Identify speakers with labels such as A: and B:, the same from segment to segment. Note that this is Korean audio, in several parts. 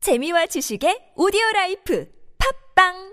A: 재미와 지식의 오디오 라이프 팝빵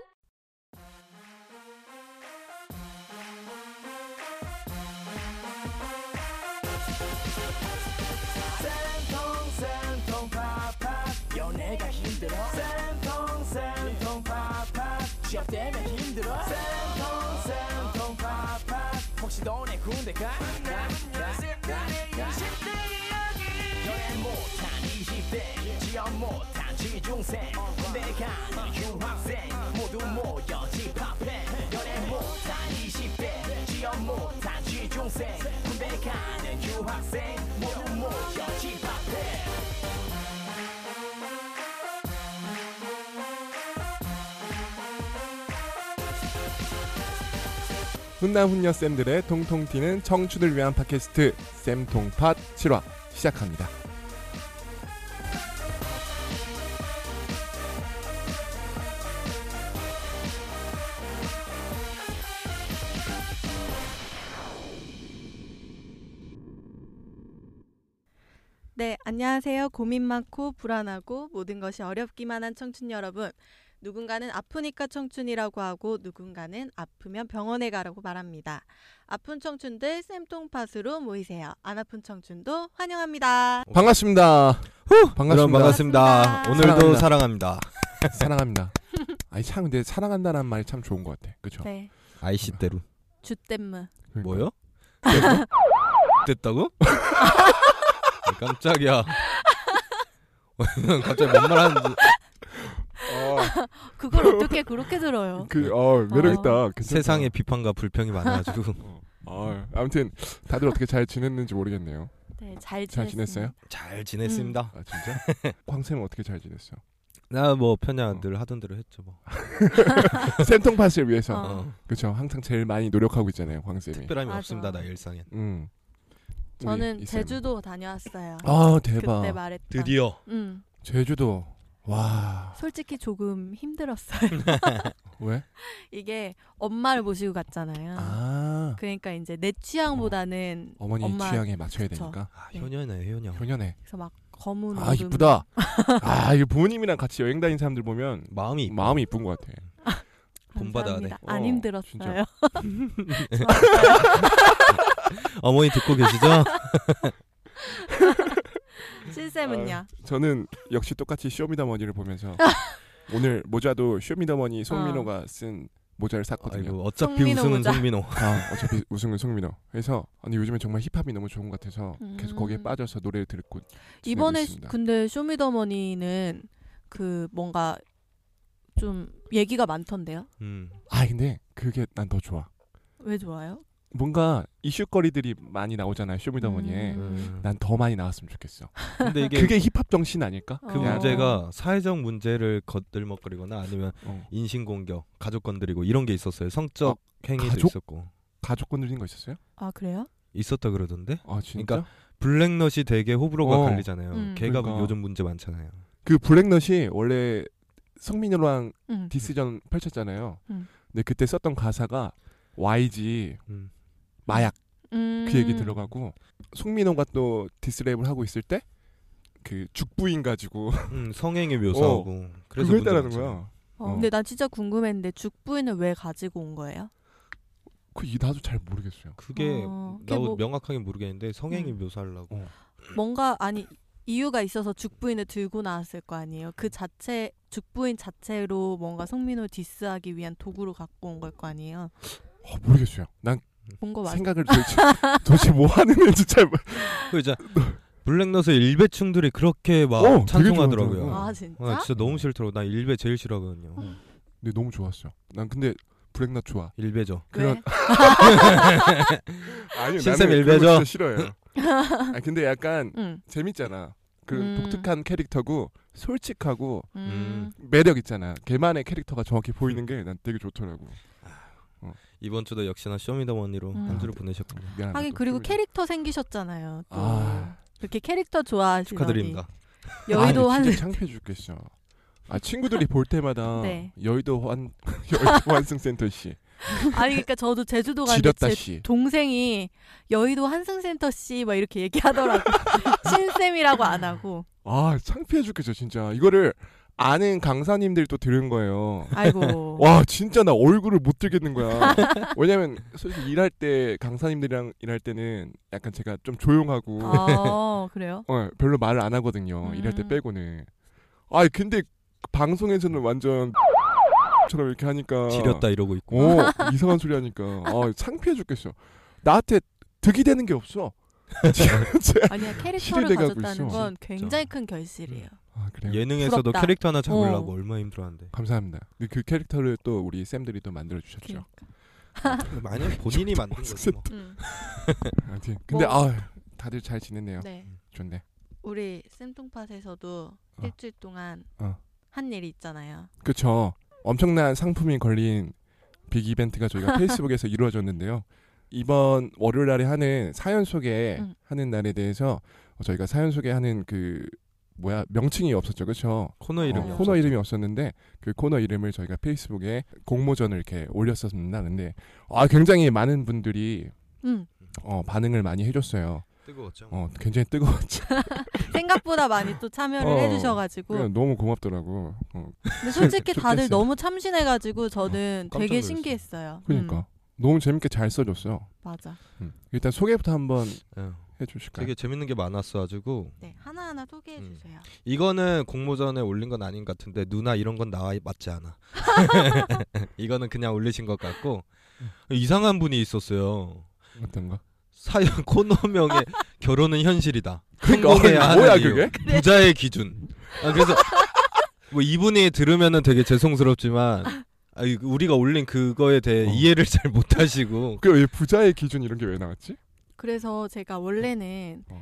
B: 훈남훈녀 쌤들의 통통 튀는 청춘을 위한 팟캐스트 쌤통팟 7화 시작합니다.
C: 네, 안녕하세요. 고민 많고 불안하고 모든 것이 어렵기만 한 청춘 여러분. 누군가는 아프니까 청춘이라고 하고 누군가는 아프면 병원에 가라고 말합니다. 아픈 청춘들 쌤통팟으로 모이세요. 안 아픈 청춘도 환영합니다.
B: 반갑습니다.
D: 여러분
B: 반갑습니다.
D: 반갑습니다.
C: 반갑습니다.
D: 오늘도 사랑합니다.
B: 사랑합니다. 아이 참 근데 사랑한다는 말이 참 좋은 것 같아. 그러니까. 그렇죠?
C: 네.
D: 아이씨대로
C: 주댐무.
D: 뭐요? 됐다고? 아, 깜짝이야. 갑자기 뭔 말하는지
C: 그걸 어떻게 그렇게 들어요?
B: 아, 그어 아, 매력 있다. 괜찮다.
D: 세상에 비판과 불평이 많아가지고
B: 어, 아무튼 다들 어떻게 잘 지냈는지 모르겠네요.
C: 네, 잘,
B: 잘 지냈어요?
D: 잘
C: 음.
D: 지냈습니다.
B: 아 진짜? 광쌤은 어떻게 잘 지냈어요?
D: 나 뭐 편야 늘 하던 대로 했죠 뭐.
B: 쌤통팟을 위해서
C: 어.
B: 그렇죠. 항상 제일 많이 노력하고 있잖아요, 광쌤이.
D: 특별함이
C: 맞아.
D: 없습니다 나 일상엔.
B: 음. 우리
C: 저는
B: 이 쌤.
C: 제주도 다녀왔어요.
B: 아
C: 그때
B: 대박.
C: 말했던.
D: 드디어
C: 음,
B: 제주도. 와
C: 솔직히 조금 힘들었어요.
B: 왜?
C: 이게 엄마를 모시고 갔잖아요.
B: 아
C: 그러니까 이제 내 취향보다는
B: 어머니
C: 엄마-
B: 취향에 맞춰야
C: 그쵸.
B: 되니까
D: 아,
C: 네.
D: 효녀네 효녀.
B: 효녀네.
C: 그래서 막 검은
B: 아
C: 옷음.
B: 이쁘다. 아 이거 부모님이랑 같이 여행 다닌 사람들 보면
D: 마음이 이뻐.
B: 마음이 이쁜 것 같아.
D: 본받아야
C: 감사합니다.
B: 돼.
C: 안
B: 어,
C: 힘들었어요.
B: 진짜.
D: 어머니 듣고 계시죠?
C: 실쌤은요?
B: 저는 역시 똑같이 쇼미더머니를 보면서 오늘 모자도
C: 어.
B: 쇼미더머니 송민호가 쓴 모자를 샀거든요.
D: 아이고 어차피
C: 송민호
D: 우승은
C: 보자.
D: 송민호.
B: 아 어차피 우승은 송민호. 그래서 아니 요즘에 정말 힙합이 너무 좋은 것 같아서 계속
C: 음.
B: 거기에 빠져서 노래를 듣고 지내고
C: 이번에
B: 있습니다.
C: 근데 쇼미더머니는 그 뭔가 좀 얘기가 많던데요?
D: 음.
B: 아 근데 그게 난 더 좋아.
C: 왜 좋아요?
B: 뭔가 이슈거리들이 많이 나오잖아요 쇼미더머니에.
C: 음.
B: 난 더 많이 나왔으면 좋겠어.
D: 근데 이게
B: 그게 힙합 정신 아닐까?
D: 그
C: 어.
D: 문제가 사회적 문제를 거들먹거리거나 아니면
B: 어.
D: 인신공격, 가족 건드리고 이런 게 있었어요. 성적
B: 어,
D: 행위도
B: 가족?
D: 있었고
B: 가족 건드린 거 있었어요?
C: 아 그래요?
D: 있었다 그러던데.
B: 아 진짜? 그
D: 블랙넛이 되게 호불호가
B: 어.
D: 갈리잖아요.
C: 음.
D: 걔가
B: 그러니까.
D: 요즘 문제 많잖아요.
B: 그 블랙넛이 원래 성민이랑
C: 응.
B: 디스전 펼쳤잖아요.
C: 음.
B: 근데 그때 썼던 가사가 YG
D: 음.
B: 마약
C: 음.
B: 그 얘기 들어가고 송민호가 또 디스랩을 하고 있을 때 그 죽부인 가지고
D: 음, 성행위 묘사하고
B: 어.
D: 그래서
B: 그걸
D: 문제
B: 따라는
D: 많잖아요.
B: 거야.
C: 어,
B: 어.
C: 근데 난 진짜 궁금했는데 죽부인을 왜 가지고 온 거예요?
B: 그 이 나도 잘 모르겠어요.
D: 그게
C: 어, 그게
D: 나도
C: 뭐-
D: 명확하게 모르겠는데 성행위
C: 음.
D: 묘사하려고.
B: 어.
C: 뭔가 아니 이유가 있어서 죽부인을 들고 나왔을 거 아니에요. 그 자체 죽부인 자체로 뭔가 송민호 디스하기 위한 도구로 갖고 온 걸 거 아니에요.
B: 어, 모르겠어요. 난
C: 본거 맞아.
B: 생각을 도대체, 도대체 뭐 하는 건지 잘 모르-
D: 그 이제 블랙넛의 일배충들이 그렇게 막
B: 어, 되게
D: 찬송하더라고요.
B: 좋아하더라고요.
C: 아 진짜? 음.
D: 아, 진짜 너무 싫더라고. 나 일배 제일 싫어하거든요.
B: 근데 너무 좋았어. 난 근데 블랙넛 좋아.
D: 일배죠.
C: 왜?
B: 그런- 아니요,
D: 신쌤
B: 나는 그런 거 진짜
D: 일베죠?
B: 싫어요. 아 근데 약간
C: 응.
B: 재밌잖아. 그런
C: 음.
B: 독특한 캐릭터고 솔직하고
C: 음.
D: 음.
B: 매력 있잖아. 걔만의 캐릭터가 정확히 보이는 게 난 되게 좋더라고. 어,
D: 이번 주도 역시나 쇼미더머니로
C: 음.
D: 한 주를 보내셨군요.
B: 미안하다.
C: 하긴
B: 또
C: 그리고
B: 좀 아, 이제-
C: 캐릭터 생기셨잖아요. 또
B: 아.
C: 그렇게 캐릭터 좋아하시더니
D: 축하드립니다.
C: 여의도
B: 아니,
C: 환
B: 진짜 창피해 죽겠어. 아 친구들이 볼 때마다
C: 네.
B: 여의도 환 여의도 환승센터 씨,
C: 아니 그러니까 저도 제주도 갔는데
B: 지렸다
C: 제
B: 씨.
C: 동생이 여의도 한승센터 씨 막 이렇게 얘기하더라고. 신쌤이라고 안 하고.
B: 아 창피해 죽겠어 진짜. 이거를 아는 강사님들이 또 들은 거예요.
E: 아이고.
B: 와 진짜 나 얼굴을 못 들겠는 거야. 왜냐면 솔직히 일할 때 강사님들이랑 일할 때는 약간 제가 좀 조용하고
C: 아,
E: 어, 그래요?
B: 어, 별로 말을 안 하거든요.
E: 음.
B: 일할 때 빼고는. 아 근데 방송에서는 완전 처럼 이렇게 하니까
D: 지렸다 이러고 있고.
B: 어 이상한 소리 하니까 아 창피해 죽겠어. 나한테 득이 되는 게 없어. 진짜.
C: 아니야
B: 실을
C: 캐릭터를
B: 대가고 있어.
C: 가졌다는 건 굉장히 큰 결실이에요.
B: 아 그래요.
D: 예능에서도
E: 부럽다.
D: 캐릭터 하나 잡으려고
E: 어.
D: 얼마나 힘들어하는데.
B: 감사합니다. 근데 그 캐릭터를 또 우리 쌤들이 또 만들어 주셨죠.
D: 만약 본인이 만든 거지 뭐.
C: 음,
B: 아무튼 근데
C: 뭐.
B: 아 다들 잘 지냈네요.
C: 네,
B: 좋네.
C: 우리 쌤통팟에서도
B: 어.
C: 일주일 동안
B: 어.
C: 한 일이 있잖아요.
B: 그쵸. 엄청난 상품이 걸린 빅 이벤트가 저희가 페이스북에서 이루어졌는데요. 이번 월요일 날에 하는 사연 소개
C: 음.
B: 하는 날에 대해서 저희가 사연 소개하는 그 뭐야 명칭이 없었죠, 그렇죠?
D: 코너 이름이
B: 어,
D: 없
B: 코너 이름이 없었는데 그 코너 이름을 저희가 페이스북에 공모전을 이렇게 올렸었습니다. 근데 아 굉장히 많은 분들이
C: 음,
B: 어, 반응을 많이 해줬어요.
D: 뜨거웠죠.
B: 어, 굉장히 뜨거웠죠.
C: 생각보다 많이 또 참여를
B: 어,
C: 해주셔가지고
B: 그냥 너무 고맙더라고. 어,
C: 근데 솔직히 다들
B: 좋겠어요.
C: 너무 참신해가지고 저는
D: 깜짝
C: 되게
D: 놀랐어요.
C: 신기했어요.
B: 그러니까
C: 음,
B: 너무 재밌게 잘 써줬어.
C: 맞아.
B: 음. 일단 소개부터 한번
D: 예.
B: 해주실까요?
D: 되게 재밌는 게 많았어가지고
C: 네, 하나하나
D: 음.
C: 소개해주세요.
D: 이거는 공모전에 올린 건 아닌 것 같은데 누나 이런 건 나와 맞지 않아. 이거는 그냥 올리신 것 같고 이상한 분이 있었어요.
B: 어떤 거?
D: 사연 코너명에 결혼은 현실이다.
B: 그러니까
D: 성공해야 하는
B: 뭐야
D: 이유.
B: 그게?
D: 부자의 기준. 아, 그래서 뭐 이분이 들으면은 되게 죄송스럽지만 아, 이- 우리가 올린 그거에 대해
B: 어.
D: 이해를 잘 못하시고
B: 그왜 부자의 기준 이런 게 왜 나왔지?
C: 그래서 제가 원래는
B: 어.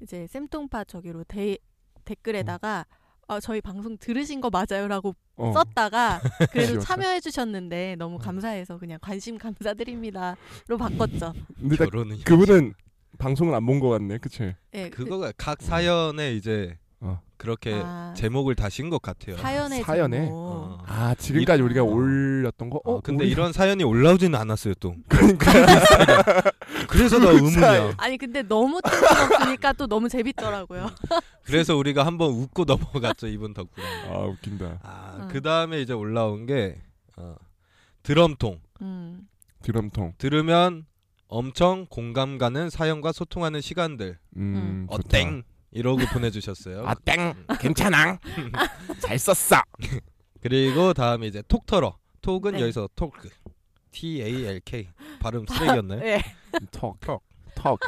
C: 이제 쌤통파 저기로 데, 댓글에다가 어, 저희 방송 들으신 거 맞아요라고
B: 음. 어.
C: 썼다가 그래도
B: 아쉬웠어요.
C: 참여해 주셨는데 너무
B: 어.
C: 감사해서 그냥 관심 감사드립니다로 바꿨죠.
B: 근데 나,
D: 결혼은
B: 그러니까 그분은 방송을 안 본 거 같네, 그치?
C: 예, 그-
D: 그거가 각 사연에 이제
B: 어.
D: 그렇게
C: 아,
D: 제목을 다신 것 같아요.
C: 사연의
B: 사연에?
C: 제목.
D: 어.
B: 아 지금까지
C: 이-
B: 우리가
C: 어.
B: 올렸던 거? 어,
D: 어, 근데
B: 우리-
D: 이런 사연이 올라오지는 않았어요 또.
B: 그러니까
D: 그래서 나
B: 의문이야.
D: 의문이야.
C: 아니 근데 너무 뜬금없으니까 또 너무 재밌더라고요.
D: 그래서 우리가 한번 웃고 넘어갔죠 이분 덕분에.
B: 아 웃긴다.
D: 아,
C: 음.
D: 그 다음에 이제 올라온 게 어, 드럼통.
C: 음,
B: 드럼통.
D: 들으면 엄청 공감 가는 사연과 소통하는 시간들.
B: 음, 좋다.
D: 어땡 이러고 보내주셨어요.
B: 아땡 괜찮아 잘 썼어
D: 그리고 다음에 이제 톡털어. 톡은
C: 네.
D: 여기서 톡크. 그, T A L K 발음 쓰레기였나요?
B: 네.
C: 예.
B: 턱턱 턱.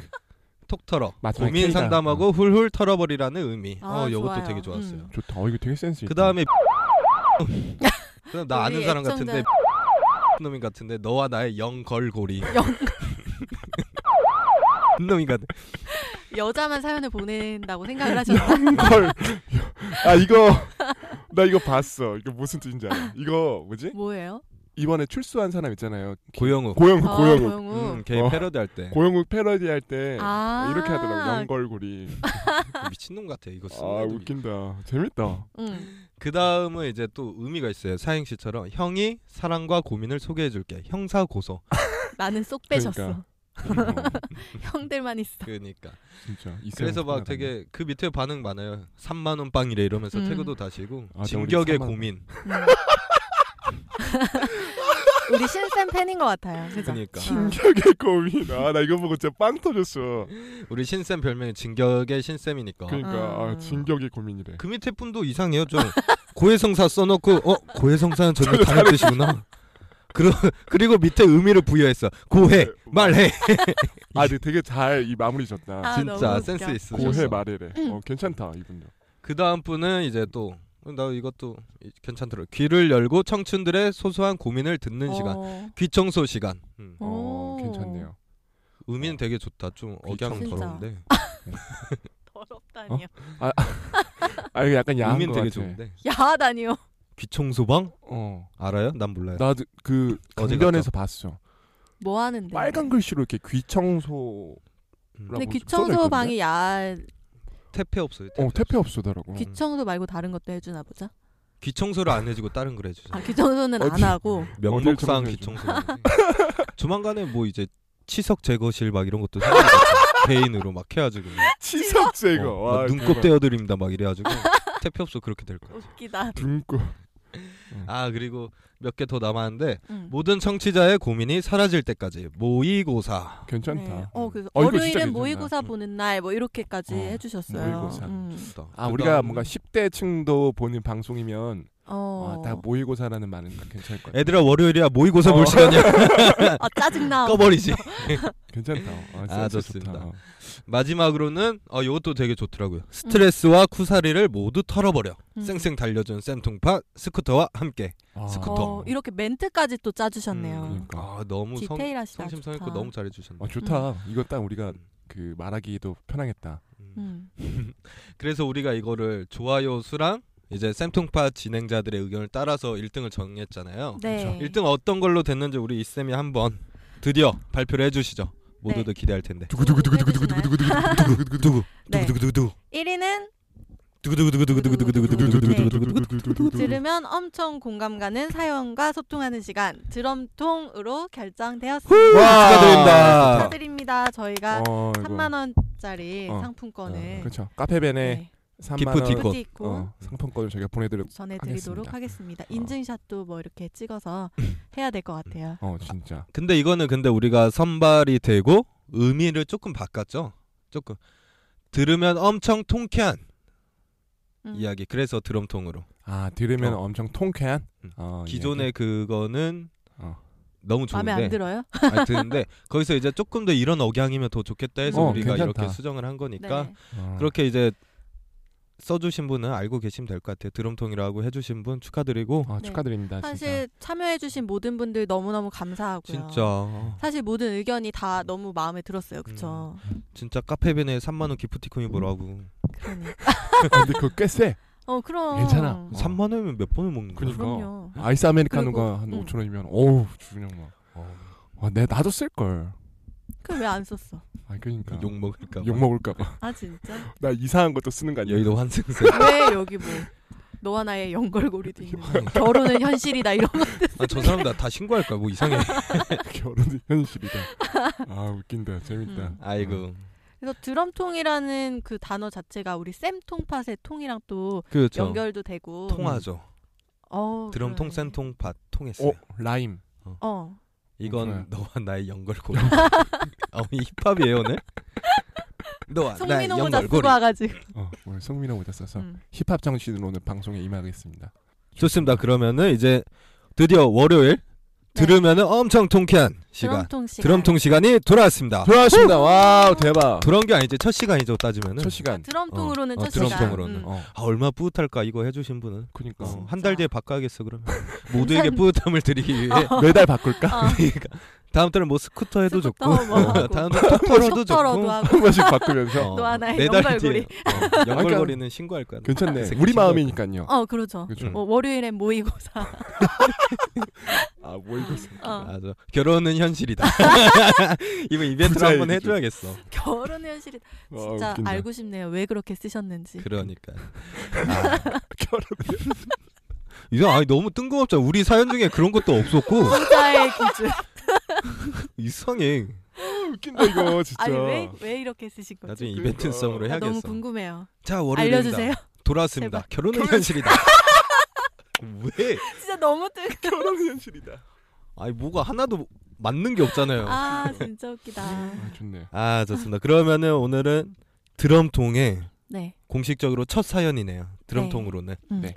D: 톡털어.
B: 마지막에
D: 고민
B: K가.
D: 상담하고 훌훌 털어버리라는 의미.
C: 아,
D: 어, 요것도
C: 좋아요.
D: 되게 좋았어요.
C: 음.
B: 좋다 어 이거 되게 센스 있다
D: 그 다음에 나 아는
C: 우리
D: 사람
C: 애청자.
D: 같은데 놈인 같은데 너와 나의 영걸고리.
C: 영-
D: 놈인 같.
C: 여자만 사연을 보낸다고 생각을 하셨나?
B: 헐. 아 이거 나 이거 봤어 이거 무슨 뜻인지 알아 이거 뭐지?
C: 뭐예요?
B: 이번에 출소한 사람 있잖아요
D: 고영욱.
B: 그 고영욱
C: 아,
B: 고영욱
C: 고영욱.
D: 음, 걔
B: 어.
D: 패러디 할 때
B: 고영욱 패러디 할 때
C: 아.
B: 네. 뭐 이렇게 하더라고 연걸고리
D: 미친놈 같아 이거 쓰는
B: 아
D: 애들이.
B: 웃긴다 재밌다 음.
C: 응.
D: 그 다음은 이제 또 의미가 있어요. 사행시처럼 형이 사랑과 고민을 소개해줄게. 형사 고소.
C: 나는 쏙
B: 그러니까.
C: 빼셨어.
B: 어,
C: 형들만 있어.
B: 네.
D: 그러니까.
B: 진짜 이
D: 그래서
B: 세상
D: 막
B: 생각하네.
D: 되게 그 밑에 반응 많아요. 3만 원 빵이래 이러면서
C: 음.
D: 태그도 다시고
B: 아, 저 우리
D: 진격의
B: 3만 원.
D: 고민.
C: 음. 우리 신쌤 팬인 것 같아요. 그죠?
D: 그러니까.
B: 진격의 고민 아나 이거 보고 진짜 빵 터졌어
D: 우리 신쌤 별명이 진격의 신쌤이니까. 그...
B: 그러니까
C: 음.
B: 아, 진격의 고민이래
D: 밑에 분도 이상해요 좀. 고해성사 써놓고 어 고해성사는 전혀 다른 뜻이구나. 그러, 그리고 밑에 의미를 부여했어.
B: 네,
D: 고해 말해.
B: 아 근데 되게 잘 이 마무리 졌다
C: 아, 음.
D: 진짜
C: 너무
D: 센스
C: 웃겨.
D: 있어.
B: 고해 말해래. 어, 괜찮다 이분도.
D: 그 다음 분은 이제 또 나 이것도 이- 괜찮더라. 귀를 열고 청춘들의 소소한 고민을 듣는 시간.
C: 어.
D: 귀 청소 시간. 음.
B: 어,
C: 오.
B: 괜찮네요.
D: 의미는
B: 어.
D: 되게 좋다. 좀 억양
C: 청소.
D: 더러운데.
C: 더럽다니요.
B: 어? 아 이거 약간 야한
D: 의미는
B: 거
D: 되게
B: 같아.
D: 좋은데.
C: 야하다니요.
D: 귀 청소방
B: 어,
D: 알아요? 난 몰라요.
B: 나도 그
D: 어디
B: 강변에서 봤어.
C: 뭐 하는데?
B: 빨간 글씨로 이렇게 귀청소.
D: 음.
C: 근데
B: 뭐
C: 귀
B: 좀
C: 청소
B: 써져
C: 방이 야
D: 태페 없어요. 태페
B: 어,
D: 없어.
B: 태페 업소더라고.
C: 귀청소 말고 다른 것도 해주나 보자.
D: 귀 청소를 안 해주고 다른 걸 해주죠.
C: 아귀청소는 안
B: 네. 어디- 음.
C: 하고.
B: 어딜
D: 명목상
B: 청소해줘.
D: 귀 청소. 조만간에 뭐 이제 치석 제거실 막 이런 것도 생길 것 같아. 개인으로 막 해가지고.
B: 치석 제거.
D: 어, 막
B: 와,
D: 눈곱
B: 대박.
D: 떼어드립니다 막 이래가지고 태표 없어 그렇게 될 거야.
C: 웃기다.
B: 둥고
D: 아 그리고 몇 개 더 남았는데
C: 음.
D: 모든 청취자의 고민이 사라질 때까지 모의고사.
B: 괜찮다.
C: 네. 어, 그래서
B: 어,
C: 어,
B: 이거
C: 일
B: 진짜
C: 은
B: 괜찮다.
C: 모의고사 보는 날 뭐 이렇게까지
B: 어,
C: 해주셨어요.
B: 모의고사.
C: 음.
B: 아 우리가 뭔가 10대층도 보는 방송이면 아,
C: 어.
B: 다 모의고사라는 말은 괜찮을 것 같아.
D: 애들아 월요일이야 모의고사 볼
B: 어.
D: 시간이야
C: 아 짜증나.
D: 꺼버리지.
B: 괜찮다. 아, 센스
D: 좋습니다.
B: 좋다. 어.
D: 마지막으로는 어 이것도 되게 좋더라고요. 스트레스와 쿠사리를 모두 털어버려.
C: 음.
D: 쌩쌩 달려준 쌤통파 스쿠터와 함께.
B: 아,
D: 스쿠터.
C: 어, 이렇게 멘트까지 또 짜주셨네요.
B: 음, 그러니까.
D: 아 너무 성,
C: 디테일하시다.
D: 성심성의껏
C: 좋다.
D: 너무 잘해주셨네.
B: 아,
C: 음.
B: 좋다. 이거 딱 우리가 그 말하기도 편하겠다.
D: 음.
C: 음.
D: 그래서 우리가 이거를 좋아요 수랑 이제 쌤통파 진행자들의 의견을 따라서 1등을 정했잖아요.
C: 네.
D: 1등 어떤 걸로 됐는지 우리 이 쌤이 한번 드디어 발표를 해주시죠. 모두들 기대할 텐데.
C: 두구두구두구두구두구두구두구두구두구. 네.
D: 두구두구두구.
C: 1위는
D: 두구두구두구두구두구두구두구두구.
C: 들으면 엄청 공감 가는 사연과 소통하는 시간 드럼통으로 결정되었습니다.
D: 와, 축하드립니다.
C: 축하드립니다. 저희가
B: 어, 이거.
C: 3만 아, 원짜리
B: 어.
C: 상품권을
B: 그렇죠. 카페벤에
C: 네,
B: 3만 원
D: 기프티콘.
C: 기프티콘
B: 어, 상품권을 저희가 보내드렸.
C: 전해드리도록
D: 어.
C: 하겠습니다. 인증샷도 뭐 이렇게 찍어서 해야 될 것 같아요.
B: 어 진짜.
D: 근데 이거는 근데 우리가 선발이 되고 의미를 조금 바꿨죠. 조금 들으면 엄청 통쾌한
C: 음.
D: 이야기. 그래서 드럼통으로.
B: 아 들으면
D: 어.
B: 엄청 통쾌한.
D: 음.
B: 어,
D: 기존의
B: 이야기.
D: 그거는
B: 어.
D: 너무 좋은데
C: 마음에 안 들어요?
D: 아, 드는데 거기서 이제 조금 더 이런 억양이면 더 좋겠다 해서
B: 어,
D: 우리가
B: 괜찮다.
D: 이렇게 수정을 한 거니까
C: 네.
B: 어.
D: 그렇게 이제 써주신 분은 알고 계시면 될 것 같아요. 드럼통이라고 해주신 분 축하드리고
B: 아, 축하드립니다. 진짜.
C: 네. 사실 참여해주신 모든 분들 너무너무 감사하고요.
D: 진짜
C: 사실 모든 의견이 다 너무 마음에 들었어요. 그쵸?
D: 진짜 카페벤에 3만 원 기프티콘이 뭐라고
C: 그러니까.
B: 아, 근데 그거 꽤 세.
C: 어, 그럼.
B: 괜찮아. 어.
D: 3만 원이면 몇 번을 먹는 거야?
B: 그러니까.
C: 그럼요.
B: 아이스 아메리카노가 한
C: 그리고- 음.
B: 5천 원이면 어우 그냥 막.
D: 어,
B: 와, 내 나도 쓸 걸.
C: 그걸 왜 안 썼어?
B: 아 그러니까.
D: 욕 먹을까?
B: 욕
D: 봐.
B: 먹을까 봐.
C: 아, 진짜?
B: 나 이상한 것도 쓰는 거 아니야?
D: 여의도 환승세.
C: 왜 여기 뭐. 너와 나의 연결고리도 있는 결혼은 현실이다 이런 거
D: 아, 저 사람 나 다 신고할 거야. 뭐 이상해.
B: 결혼이 현실이다. 아 웃긴다. 재밌다.
C: 음.
D: 아이고.
C: 그래서 드럼통이라는 그 단어 자체가 우리 쌤통팟의 통이랑 또
D: 그렇죠.
C: 연결도 되고
D: 통하죠.
C: 어,
D: 드럼통,
C: 그러네.
D: 센통팟 통했어요.
B: 어 네. 라임.
C: 어
D: 이건
B: 그래.
D: 너와 나의 연결고리. 어, 이 힙합이에요 오늘? 너와
C: 송민호 모자
D: 나의
C: 쓰고
D: 아, 네, 연결고리.
C: 와가지고
B: 어 오늘 성민아 모자 써서
C: 음.
B: 힙합 정신으로 오늘 방송에 임하겠습니다.
D: 좋습니다. 그러면은 이제 드디어 월요일 들으면은 엄청 통쾌한 시간
C: 네. 드럼통 시간
D: 드럼통 시간이 돌아왔습니다.
B: 돌아왔습니다. 와우 대박.
D: 돌아온 게 아니지 첫 시간이죠 따지면은.
B: 첫 시간.
C: 드럼통으로는
D: 어,
C: 첫
D: 드럼통으로는.
C: 시간 음.
B: 어 그러니까.
D: 아 얼마 나 뿌듯할까 이거 해주신 분은
B: 그니까
D: 어,
C: 진짜.
D: 한달 뒤에 바꿔야겠어 그러면 모두에게
C: 우선-
D: 뿌듯함을 드리기 위해
B: 매달 바꿀까?
C: 어,
D: 그러니까 다음 달은 뭐 스쿠터 해도
C: 스쿠터
D: 좋고 어,
C: 뭐 하고.
D: 다음 달터터로도
C: 속더러도
D: 좋고
C: 하고
B: 한 번씩 바꾸면서
D: 어,
C: 또 하나의
D: 네달
C: 연결고리.
D: 뒤에, 어, 연결고리는 신고할 거야.
B: 괜찮네.
D: 새끼
B: 우리
D: 신고할
B: 마음이니까요.
C: 어 그렇죠
B: 그렇죠.
D: 음.
C: 뭐 월요일엔 모의고사
B: 아 모의고사.
C: 어.
D: 거야. 맞아. 결혼은 현실이다. 이거 이벤트
B: 부자의
D: 한번
B: 얘기죠.
D: 해줘야겠어.
C: 결혼 현실이 진짜
B: 어, 웃긴다.
C: 알고 싶네요 왜 그렇게 쓰셨는지
D: 그러니까. 아.
B: 결혼.
D: 이거 아니 너무 뜬금없잖아. 우리 사연 중에 그런 것도 없었고
C: 부자의 기준
D: 이상해.
B: 웃긴다 이거 진짜.
C: 아니 왜 왜 이렇게 쓰신 거지
D: 나중에
B: 그러니까.
D: 이벤트성으로
C: 나 아, 너무
D: 해야겠어.
C: 궁금해요
D: 자
C: 알려주세요
D: 월요일입니다. 돌아왔습니다. 결혼은
B: 결혼-
D: 현실이다. 왜?
C: 진짜 너무 뜨
B: 결혼 현실이다.
D: 아니 뭐가 하나도 맞는 게 없잖아요. 아,
C: 아 진짜 웃기다
B: 아 좋네.
D: 좋습니다. 그러면은 오늘은 드럼통에
C: 네
D: 공식적으로 첫 사연이네요. 드럼통으로는
C: 음.
B: 네.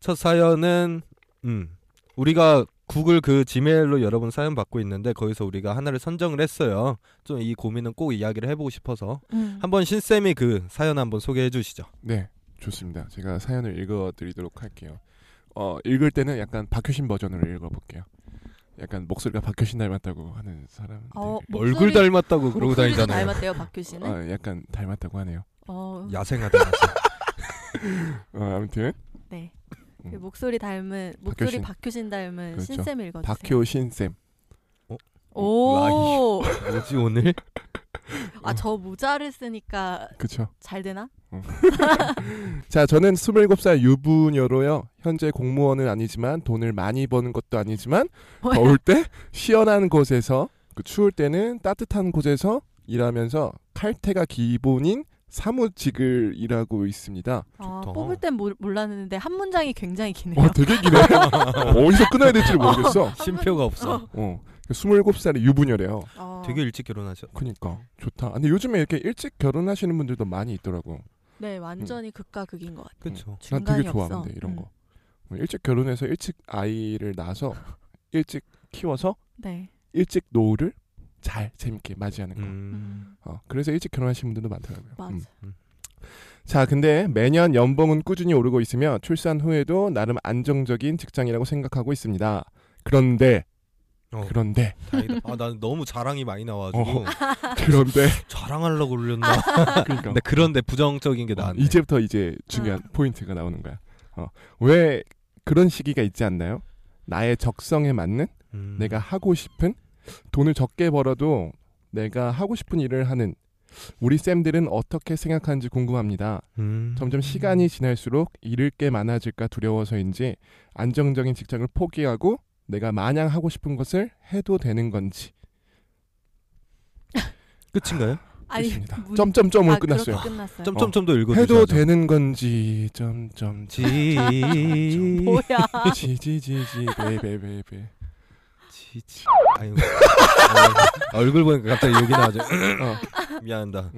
D: 첫 사연은 음 우리가 구글 그 지메일로 여러분 사연 받고 있는데 거기서 우리가 하나를 선정을 했어요. 좀 이 고민은 꼭 이야기를 해보고 싶어서
C: 음.
D: 한번 신 쌤이 그 사연 한번 소개해 주시죠.
B: 네, 좋습니다. 제가 사연을 읽어드리도록 할게요. 어, 읽을 때는 약간 박효신 버전으로 읽어볼게요. 약간 목소리가 박효신 닮았다고 하는 사람.
C: 어, 목소리-
D: 얼굴 닮았다고 그러고
C: 목소리도
D: 다니잖아요.
C: 닮았대요 박규 씨는
B: 어, 약간 닮았다고 하네요.
C: 어,
D: 야생하다. 야생.
B: 어, 아무튼
C: 네.
B: 음.
C: 그 목소리 닮은 목소리
B: 박효신.
C: 박효신 닮은
B: 그렇죠.
C: 신쌤 읽어주세요.
B: 박효신 쌤.
C: 오,
D: 뭐지 오늘?
C: 아 저 모자를 쓰니까
B: 그쵸.
C: 잘 되나?
B: 자, 저는 27살 유부녀로요. 현재 공무원은 아니지만 돈을 많이 버는 것도 아니지만
C: 어,
B: 더울 때 시원한 곳에서 그 추울 때는 따뜻한 곳에서 일하면서 칼퇴가 기본인 사무직을 일하고 있습니다.
C: 아,
D: 좋다.
C: 뽑을 땐 몰- 몰랐는데 한 문장이 굉장히 기네요.
B: 어, 되게 기네. 어디서 끊어야 될지 를 모르겠어.
D: 쉼표가 없어.
B: 어, 27살에 유부녀래요.
C: 어,
D: 되게 일찍 결혼하죠.
B: 그니까 좋다. 근데 요즘에 이렇게 일찍 결혼하시는 분들도 많이 있더라고.
C: 네 완전히 극과 극인 것 같아.
D: 그렇죠.
B: 음. 난 되게
C: 중간이 없어.
B: 좋아하는데 이런
C: 음.
B: 거. 어, 일찍 결혼해서 일찍 아이를 낳아서 일찍 키워서
C: 네.
B: 일찍 노후를 잘 재밌게 맞이하는 거.
D: 음.
B: 어, 그래서 일찍 결혼하시는 분들도 많더라고요.
C: 맞아.
B: 음. 자, 근데 매년 연봉은 꾸준히 오르고 있으며 출산 후에도 나름 안정적인 직장이라고 생각하고 있습니다. 그런데
D: 어,
B: 그런데
D: 다행이다. 아, 나는 너무 자랑이 많이 나와가지고
B: 그런데
D: 자랑하려고 그랬나.
B: 그러니까
D: 근데 그런데 부정적인 게 나왔네.
B: 어, 이제부터 이제
C: 아.
B: 중요한 포인트가 나오는 거야. 어, 왜 그런 시기가 있지 않나요? 나의 적성에 맞는
D: 음.
B: 내가 하고 싶은 돈을 적게 벌어도 내가 하고 싶은 일을 하는 우리 쌤들은 어떻게 생각하는지 궁금합니다.
D: 음.
B: 점점 시간이 지날수록 잃을 게 많아질까 두려워서인지 안정적인 직장을 포기하고 내가 마냥 하고 싶은 것을 해도 되는 건지
D: 끝인가요?
B: 그렇습니다.
C: 문-
B: 점점점으로
C: 아,
B: 끝났어요.
C: 그렇게 끝났어요.
D: 점점점도 읽어주세요.
B: 해도 아, 되는 건지 점점
D: 지.
C: 뭐야?
B: 지지지지 베베베베
D: 지. 지. 아유. 아, 얼굴 보니까 갑자기 욕이 나죠. 미안하다.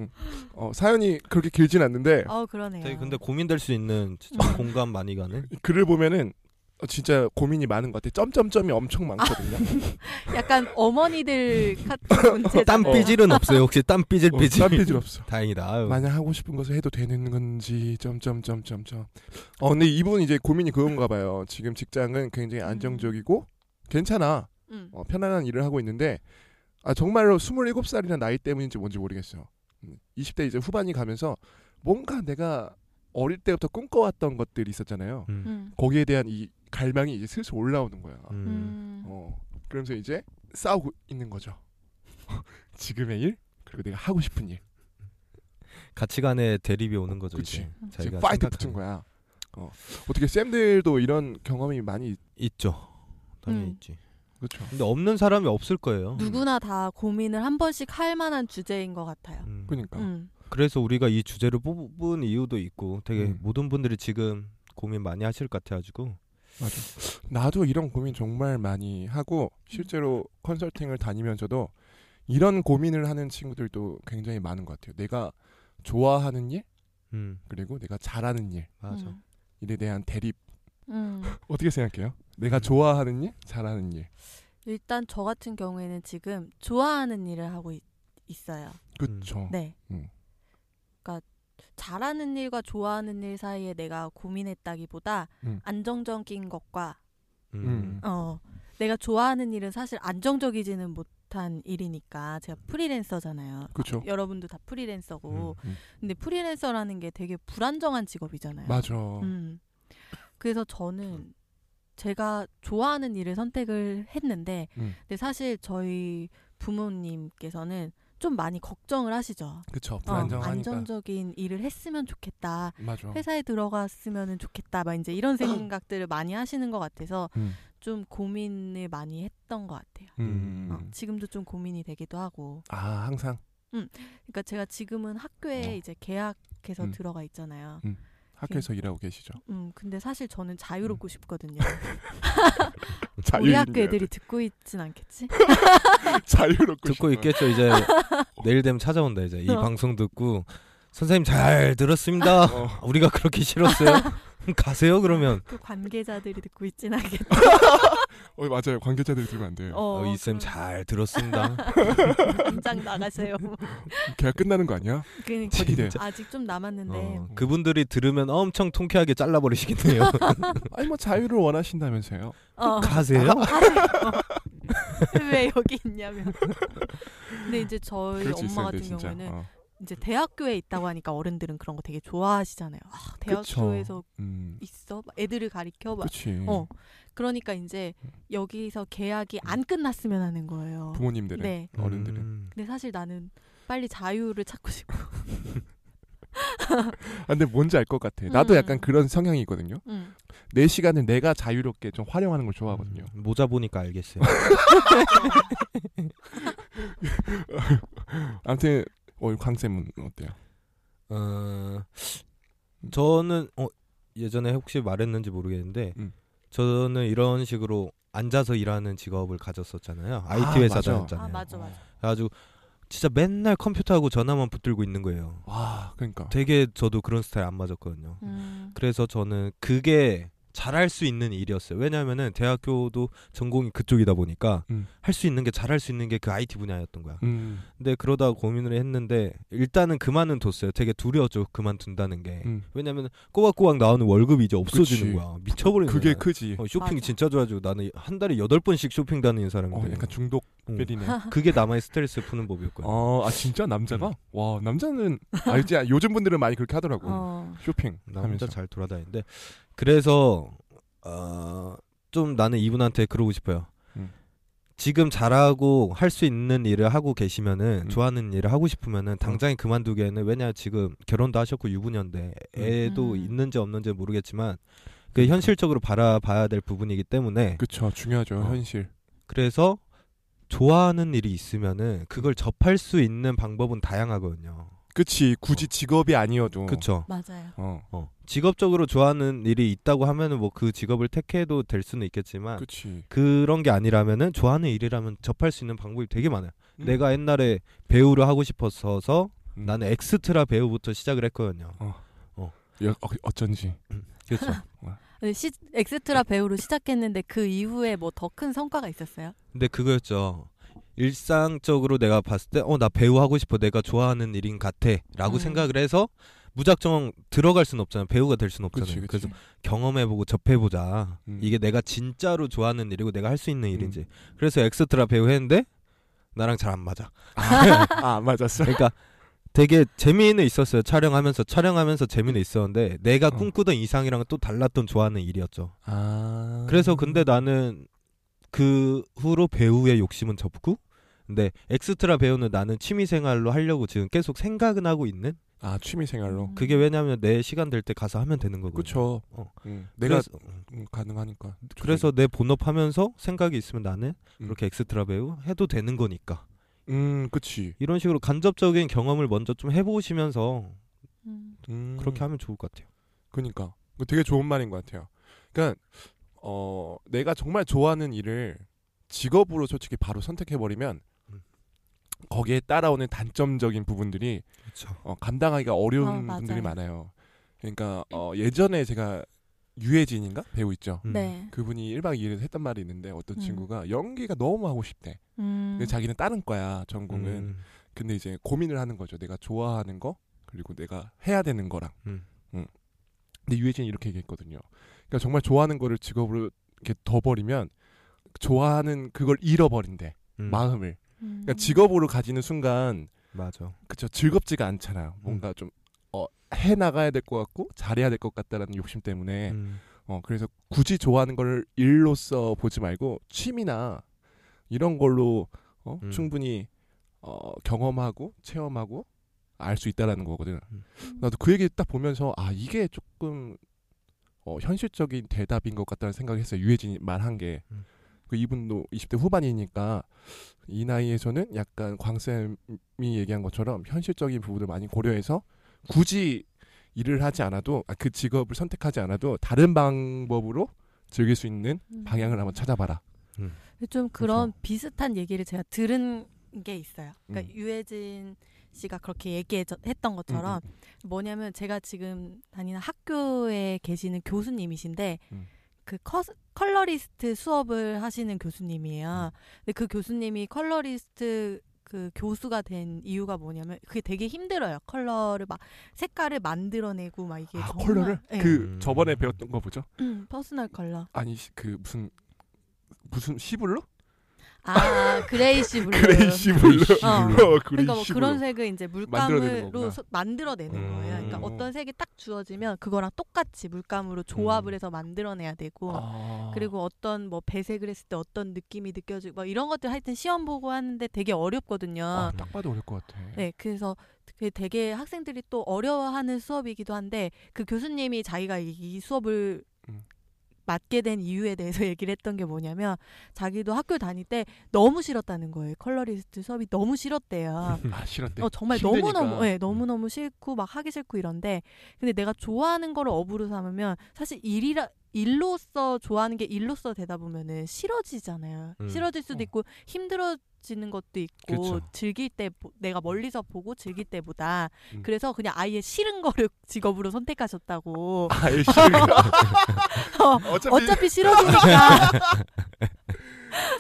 B: 어, 사연이 그렇게 길진 않는데
C: 어 그러네요.
D: 되게 근데 고민될 수 있는 진짜 공감 많이 가네.
B: 글을 보면은 어, 진짜 고민이 많은 것 같아. 점점점이 엄청 많거든요.
C: 약간 어머니들
B: 음.
C: 같은 문제.
D: 땀 삐질은 없어요. 혹시 땀 삐질
B: 어,
D: 삐질?
B: 딴 삐질 없어.
D: 다행이다. 아유.
B: 만약 하고 싶은 것을 해도 되는 건지 점점점점점. 어 근데 이분 이제 고민이 그건가 봐요. 지금 직장은 굉장히 안정적이고 괜찮아.
C: 음.
B: 어, 편안한 일을 하고 있는데 아 정말로 27살이나 나이 때문인지 뭔지 모르겠어요. 음, 20대 이제 후반이 가면서 뭔가 내가 어릴 때부터 꿈꿔왔던 것들이 있었잖아요.
D: 음.
C: 음.
B: 거기에 대한 이 갈망이 이제 슬슬 올라오는 거야.
C: 음.
B: 어, 그러면서 이제 싸우고 있는 거죠. 지금의 일 그리고 내가 하고 싶은 일
D: 가치관의 대립이 오는 거죠.
B: 그치.
D: 이제.
B: 지금
D: 자기가
B: 파이트
D: 생각하는-
B: 붙은 거야. 어. 어떻게 쌤들도 이런 경험이 많이
D: 있죠. 당연히
C: 음.
D: 있지.
B: 그렇죠.
D: 근데 없는 사람이 없을
B: 음.
D: 거예요.
C: 누구나 다 고민을 한 번씩 할 만한 주제인 것 같아요.
D: 음.
B: 그러니까
C: 음.
D: 그래서 우리가 이 주제를 뽑은 이유도 있고 되게
B: 음.
D: 모든 분들이 지금 고민 많이 하실 것 같아가지고
B: 나도 이런 고민 정말 많이 하고 실제로 컨설팅을 다니면서도 이런 고민을 하는 친구들도 굉장히 많은 것 같아요. 내가 좋아하는 일
D: 음
B: 그리고 내가 잘하는 일
D: 맞아
C: 음.
B: 일에 대한 대립
C: 음.
B: 어떻게 생각해요?
D: 음.
B: 내가 좋아하는 일, 잘하는 일.
C: 일단 저 같은 경우에는 지금 좋아하는 일을 하고 있, 어요
B: 그렇죠.
C: 네.
B: 음.
C: 그러니까 잘하는 일과 좋아하는 일 사이에 내가 고민했다기보다
B: 음.
C: 안정적인 것과
D: 음.
B: 음.
C: 어 내가 좋아하는 일은 사실 안정적이지는 못한 일이니까 제가 프리랜서잖아요.
B: 그렇죠.
C: 여러분도 다 프리랜서고
B: 음, 음.
C: 근데 프리랜서라는 게 되게 불안정한 직업이잖아요.
B: 맞아.
C: 음. 그래서 저는 제가 좋아하는 일을 선택을 했는데,
B: 음.
C: 근데 사실 저희 부모님께서는 좀 많이 걱정을 하시죠.
B: 그렇죠.
C: 어,
B: 불안정하니까. 어.
C: 안정적인 일을 했으면 좋겠다.
B: 맞아.
C: 회사에 들어갔으면 좋겠다. 막 이제 이런 생각들을 많이 하시는 것 같아서
B: 음.
C: 좀 고민을 많이 했던 것 같아요.
B: 음.
C: 어, 지금도 좀 고민이 되기도 하고.
B: 아 항상
C: 그러니까 제가 지금은 학교에
B: 어.
C: 이제 계약해서
B: 음.
C: 들어가 있잖아요.
B: 학교에서 일하고 계시죠.
C: 음, 근데 사실 저는
B: 음.
C: 자유롭고 싶거든요. 우리
B: 자유인이어야
C: 학교 애들이
B: 돼.
C: 듣고 있진 않겠지?
B: 자유롭고
D: 듣고
B: 싶어.
D: 있겠죠 이제 내일 되면 찾아온다 이제 이
C: 어.
D: 방송 듣고 선생님 잘 들었습니다
B: 어.
D: 우리가 그렇게 싫었어요 가세요 그러면
C: 그 관계자들이 듣고 있진 않겠지?
B: 어, 맞아요. 아, 관계자들이 들으면 안 돼요.
D: 어, 이쌤 잘 들었습니다
C: 장 나가세요.
B: 계약 끝나는 거 아니야?
C: 그러니까
B: 기대.
C: 아직 좀
B: 네.
C: 남았는데
B: 음.
D: 어, 그분들이 들으면 엄청 통쾌하게 잘라버리시겠네요
B: 아니 뭐 자유를 원하신다면서요.
C: 어,
D: 가세요
C: 왜 여기 있냐면. 근데 이제 저희
B: 그럴 수
C: 엄마
B: 있어야
C: 같은
B: 돼 진짜.
C: 경우에는
B: 어.
C: 이제 대학교에 있다고 하니까 어른들은 그런 거 되게 좋아하시잖아요. 아,
B: 그쵸.
C: 대학교에서
B: 음.
C: 있어? 막 애들을 가리켜? 막.
B: 그렇지.
C: 어. 그러니까 이제 여기서 계약이 안 끝났으면 하는 거예요.
B: 부모님들은
C: 네.
B: 어른들은.
D: 음.
C: 근데 사실 나는 빨리 자유를 찾고 싶고.
B: 아, 근데 뭔지 알 것 같아. 나도
C: 음.
B: 약간 그런 성향이거든요.
C: 음.
B: 내 시간을 내가 자유롭게 좀 활용하는 걸 좋아하거든요.
D: 음, 모자 보니까 알겠어요
B: 음. 아무튼 어, 광쌤은 어때요?
D: 어, 저는 어, 예전에 혹시 말했는지 모르겠는데
B: 음.
D: 저는 이런 식으로 앉아서 일하는 직업을 가졌었잖아요. IT 회사
B: 맞아.
D: 다녔잖아요.
F: 아 맞아 맞아.
D: 아주 진짜 맨날 컴퓨터하고 전화만 붙들고 있는 거예요.
B: 와, 그러니까.
D: 되게 저도 그런 스타일 안 맞았거든요.
F: 음.
D: 그래서 저는 그게 잘할 수 있는 일이었어요. 왜냐하면은 대학교도 전공이 그쪽이다 보니까
B: 음.
D: 할 수 있는 게 잘할 수 있는 게 그 IT 분야였던 거야.
B: 음,
D: 근데 네, 그러다 고민을 했는데 일단은 그만은 뒀어요. 되게 두려웠죠. 그만둔다는 게.
B: 음.
D: 왜냐면 꼬박꼬박 나오는 월급이 이제 없어지는
B: 그치.
D: 거야. 미쳐버리는
B: 그게
D: 거야.
B: 크지.
D: 어, 쇼핑
F: 맞아.
D: 진짜 좋아지고 나는 한 달에 여덟 번씩 쇼핑 다니는
B: 어,
D: 사람인데
B: 약간 중독
D: 음.
B: 필이네.
D: 그게 나만의 스트레스 푸는 법이었거든. 요
B: 어, 아 진짜 남자가?
D: 음.
B: 와, 남자는 알지. 아, 요즘 분들은 많이 그렇게 하더라고.
F: 어.
B: 쇼핑
D: 나 혼자
B: 하면서.
D: 잘 돌아다니는데 그래서 어, 좀 나는 이분한테 그러고 싶어요.
B: 음.
D: 지금 잘하고 할 수 있는 일을 하고 계시면은
B: 음. 어.
D: 좋아하는 일을 하고 싶으면은 당장에 그만두기에는 왜냐 지금 결혼도 하셨고 유부녀인데 애도
F: 음.
D: 있는지 없는지 모르겠지만 그 현실적으로 바라봐야 될 부분이기 때문에
B: 그러니까. 그쵸, 중요하죠
D: 어.
B: 현실.
D: 그래서 좋아하는 일이 있으면은 그걸 접할 수 있는 방법은 다양하거든요.
B: 어. 그치, 굳이 직업이 아니어도.
D: 그쵸?
F: 맞아요.
B: 어,
D: 어. 직업적으로 좋아하는 일이 있다고 하면은 뭐 그 직업을 택해도 될 수는
B: 아.
D: 있겠지만
B: 그치.
D: 그, 런게 아니라면은 좋아하는 일이라면 접할 수 있는 방법이 되게 많아요.
B: 음.
D: 내가 옛날에 배우를 하고 싶어서
B: 음.
D: 나는 엑스트라 배우부터 시작을 했거든요.
B: 여- 어, 어쩐지.
D: 그렇죠.
C: 네, 시, 엑스트라 배우로 시작했는데 그 이후에 뭐 더 큰 성과가 있었어요?
D: 근데 그거였죠. 일상적으로 내가 봤을 때 어 나 배우 하고 싶어 내가 좋아하는 일인 같아라고
C: 음.
D: 생각을 해서 무작정 들어갈 순 없잖아요 배우가 될 순
B: 그치,
D: 없잖아요
B: 그치.
D: 그래서 경험해보고 접해보자
B: 음.
D: 이게 내가 진짜로 좋아하는 일이고 내가 할 수 있는 일인지
B: 음.
D: 그래서 엑스트라 배우 했는데 나랑 잘 안 맞아
B: 아, 맞았어.
D: 그러니까 되게 재미는 있었어요 촬영하면서 촬영하면서 재미는 있었는데 내가
B: 어.
D: 꿈꾸던 이상이랑은 또 달랐던 좋아하는 일이었죠
B: 아.
D: 그래서 근데 나는 그 후로 배우의 욕심은 접고 근데 엑스트라 배우는 나는 취미 생활로 하려고 지금 계속 생각은 하고 있는
B: 아, 취미 생활로.
D: 그게 왜냐면 내 시간 될 때 가서 하면 되는 거고
B: 그쵸.
D: 어.
B: 음, 내가
D: 내가
B: 음, 가능하니까.
D: 그래서 내 본업하면서 생각이 있으면 나는
B: 음.
D: 그렇게 엑스트라 배우 해도 되는 거니까
B: 음, 그치.
D: 이런 식으로 간접적인 경험을 먼저 좀 해보시면서
B: 음.
D: 그렇게 하면 좋을 것 같아요.
B: 그러니까 그거 되게 좋은 말인 것 같아요. 그러니까 어 내가 정말 좋아하는 일을 직업으로 솔직히 바로 선택해 버리면
D: 음.
B: 거기에 따라오는 단점적인 부분들이
D: 그렇죠.
B: 어, 감당하기가 어려운
C: 아,
B: 분들이
C: 맞아요. 음.
B: 많아요. 그러니까 어, 예전에 제가 유해진인가 배우 있죠.
D: 음.
C: 네.
B: 그분이 1박 2일에서 했던 말이 있는데 어떤
C: 음.
B: 친구가 연기가 너무 하고 싶대.
C: 음.
B: 근데 그러니까 자기는 다른 거야 전공은.
D: 음.
B: 근데 이제 고민을 하는 거죠. 내가 좋아하는 거 그리고 내가 해야 되는 거랑.
D: 음.
B: 음. 근데 유해진이 이렇게 얘기했거든요. 그러니까 정말 좋아하는 거를 직업으로 이렇게 더 버리면 좋아하는 그걸 잃어버린대 마음을. 그러니까 직업으로 가지는 순간
D: 맞아.
B: 그쵸 즐겁지가 않잖아요. 뭔가
D: 음.
B: 좀 어, 해 나가야 될 것 같고 잘해야 될 것 같다라는 욕심 때문에
D: 음.
B: 어 그래서 굳이 좋아하는 걸 일로써 보지 말고 취미나 이런 걸로 어,
D: 음.
B: 충분히 어, 경험하고 체험하고 알 수 있다라는 거거든.
D: 음.
B: 나도 그 얘기 딱 보면서 아 이게 조금 어, 현실적인 대답인 것 같다는 생각을 했어요. 유해진이 말한 게.
D: 음.
B: 그 이분도 20대 후반이니까 이 나이에서는 약간 광쌤이 얘기한 것처럼 현실적인 부분을 많이 고려해서 굳이 일을 하지 않아도 아, 그 직업을 선택하지 않아도 다른 방법으로 즐길 수 있는
C: 음.
B: 방향을 한번 찾아봐라.
C: 좀 그런
B: 그렇죠.
C: 비슷한 얘기를 제가 들은 게 있어요. 그러니까
B: 음.
C: 유해진 씨가 그렇게 얘기했던 것처럼
B: 음,
C: 뭐냐면 제가 지금 다니는 학교에 계시는 교수님이신데
B: 음.
C: 그 커, 컬러리스트 수업을 하시는 교수님이에요.
B: 음.
C: 근데 그 교수님이 컬러리스트 그 교수가 된 이유가 뭐냐면 그게 되게 힘들어요. 컬러를 막 색깔을 만들어내고 막 이게
B: 아
C: 정말-
B: 컬러를
C: 예.
B: 그
D: 음.
B: 저번에 배웠던 거 보죠.
C: 음, 퍼스널 컬러.
B: 아니 시- 그 무슨 무슨 시블로?
C: 아 그레이시 블루.
B: 그레이시 블루.
C: 어.
B: 어,
C: 그러니까 뭐
B: 그레이시
C: 그런
B: 블루.
C: 색을 이제
B: 만들어내는 거구나.
C: 물감으로 소- 만들어내는
D: 음.
C: 거예요. 그러니까 어떤 색이 딱 주어지면 그거랑 똑같이 물감으로 조합을
D: 음.
C: 해서 만들어내야 되고
B: 아.
C: 뭐. 그리고 어떤 뭐 배색을 했을 때 어떤 느낌이 느껴지고 막 이런 것들 하여튼 시험 보고 하는데 되게 어렵거든요.
B: 아, 딱 봐도 어릴 것 같아.
C: 네, 그래서 그게 되게 학생들이 또 어려워하는 수업이기도 한데 그 교수님이 자기가 이- 이 수업을
B: 음.
C: 맡게 된 이유에 대해서 얘기를 했던 게 뭐냐면 자기도 학교 다닐 때 너무 싫었다는 거예요. 컬러리스트 수업이 너무 싫었대요.
B: 아 싫었대.
C: 어 정말
B: 힘드니까. 음.
C: 너무너무 예 너무너무 싫고 막 하기 싫고 이런데 근데 내가 좋아하는 거를 업으로 삼으면 사실 일이라 일로서 좋아하는 게 일로서 되다 보면은 싫어지잖아요.
D: 음.
C: 싫어질 수도
B: 어. 그렇죠.
C: 있고 힘들어지는 것도 있고
B: 그쵸.
C: 즐길 때 보- 내가 멀리서 보고 즐길 때보다
B: 음.
C: 그래서 그냥 아예 싫은 거를 직업으로 선택하셨다고
B: 아이 예, 네. 싫은
C: 어,
B: 어차피,
C: 어차피 싫어지니까